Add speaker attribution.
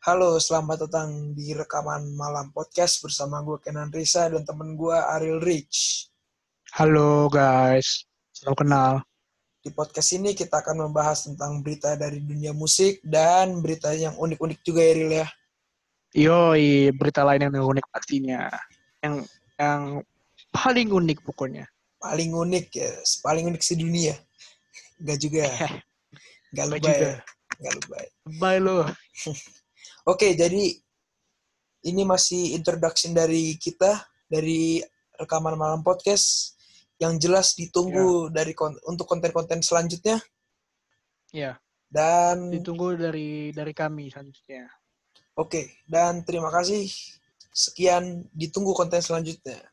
Speaker 1: Halo, selamat datang di rekaman malam podcast bersama gue Kenan Risa dan temen gue Ariel Rich.
Speaker 2: Halo guys, salam kenal.
Speaker 1: Di podcast ini kita akan membahas tentang berita dari dunia musik dan berita yang unik-unik juga ya Ariel ya.
Speaker 2: Yoi, berita lain yang unik pastinya. Yang yang paling unik pokoknya.
Speaker 1: Paling unik ya, paling unik sedunia. Enggak juga. Enggak
Speaker 2: Iya. Nggak
Speaker 1: lebay.
Speaker 2: juga.
Speaker 1: ya. Enggak lebay.
Speaker 2: Bye lo.
Speaker 1: Oke, jadi ini masih introduction dari kita dari rekaman malam podcast yang jelas ditunggu dari kon- untuk konten-konten selanjutnya
Speaker 2: Ya,
Speaker 1: dan
Speaker 2: ditunggu dari dari kami selanjutnya.
Speaker 1: oke dan terima kasih sekian ditunggu konten selanjutnya.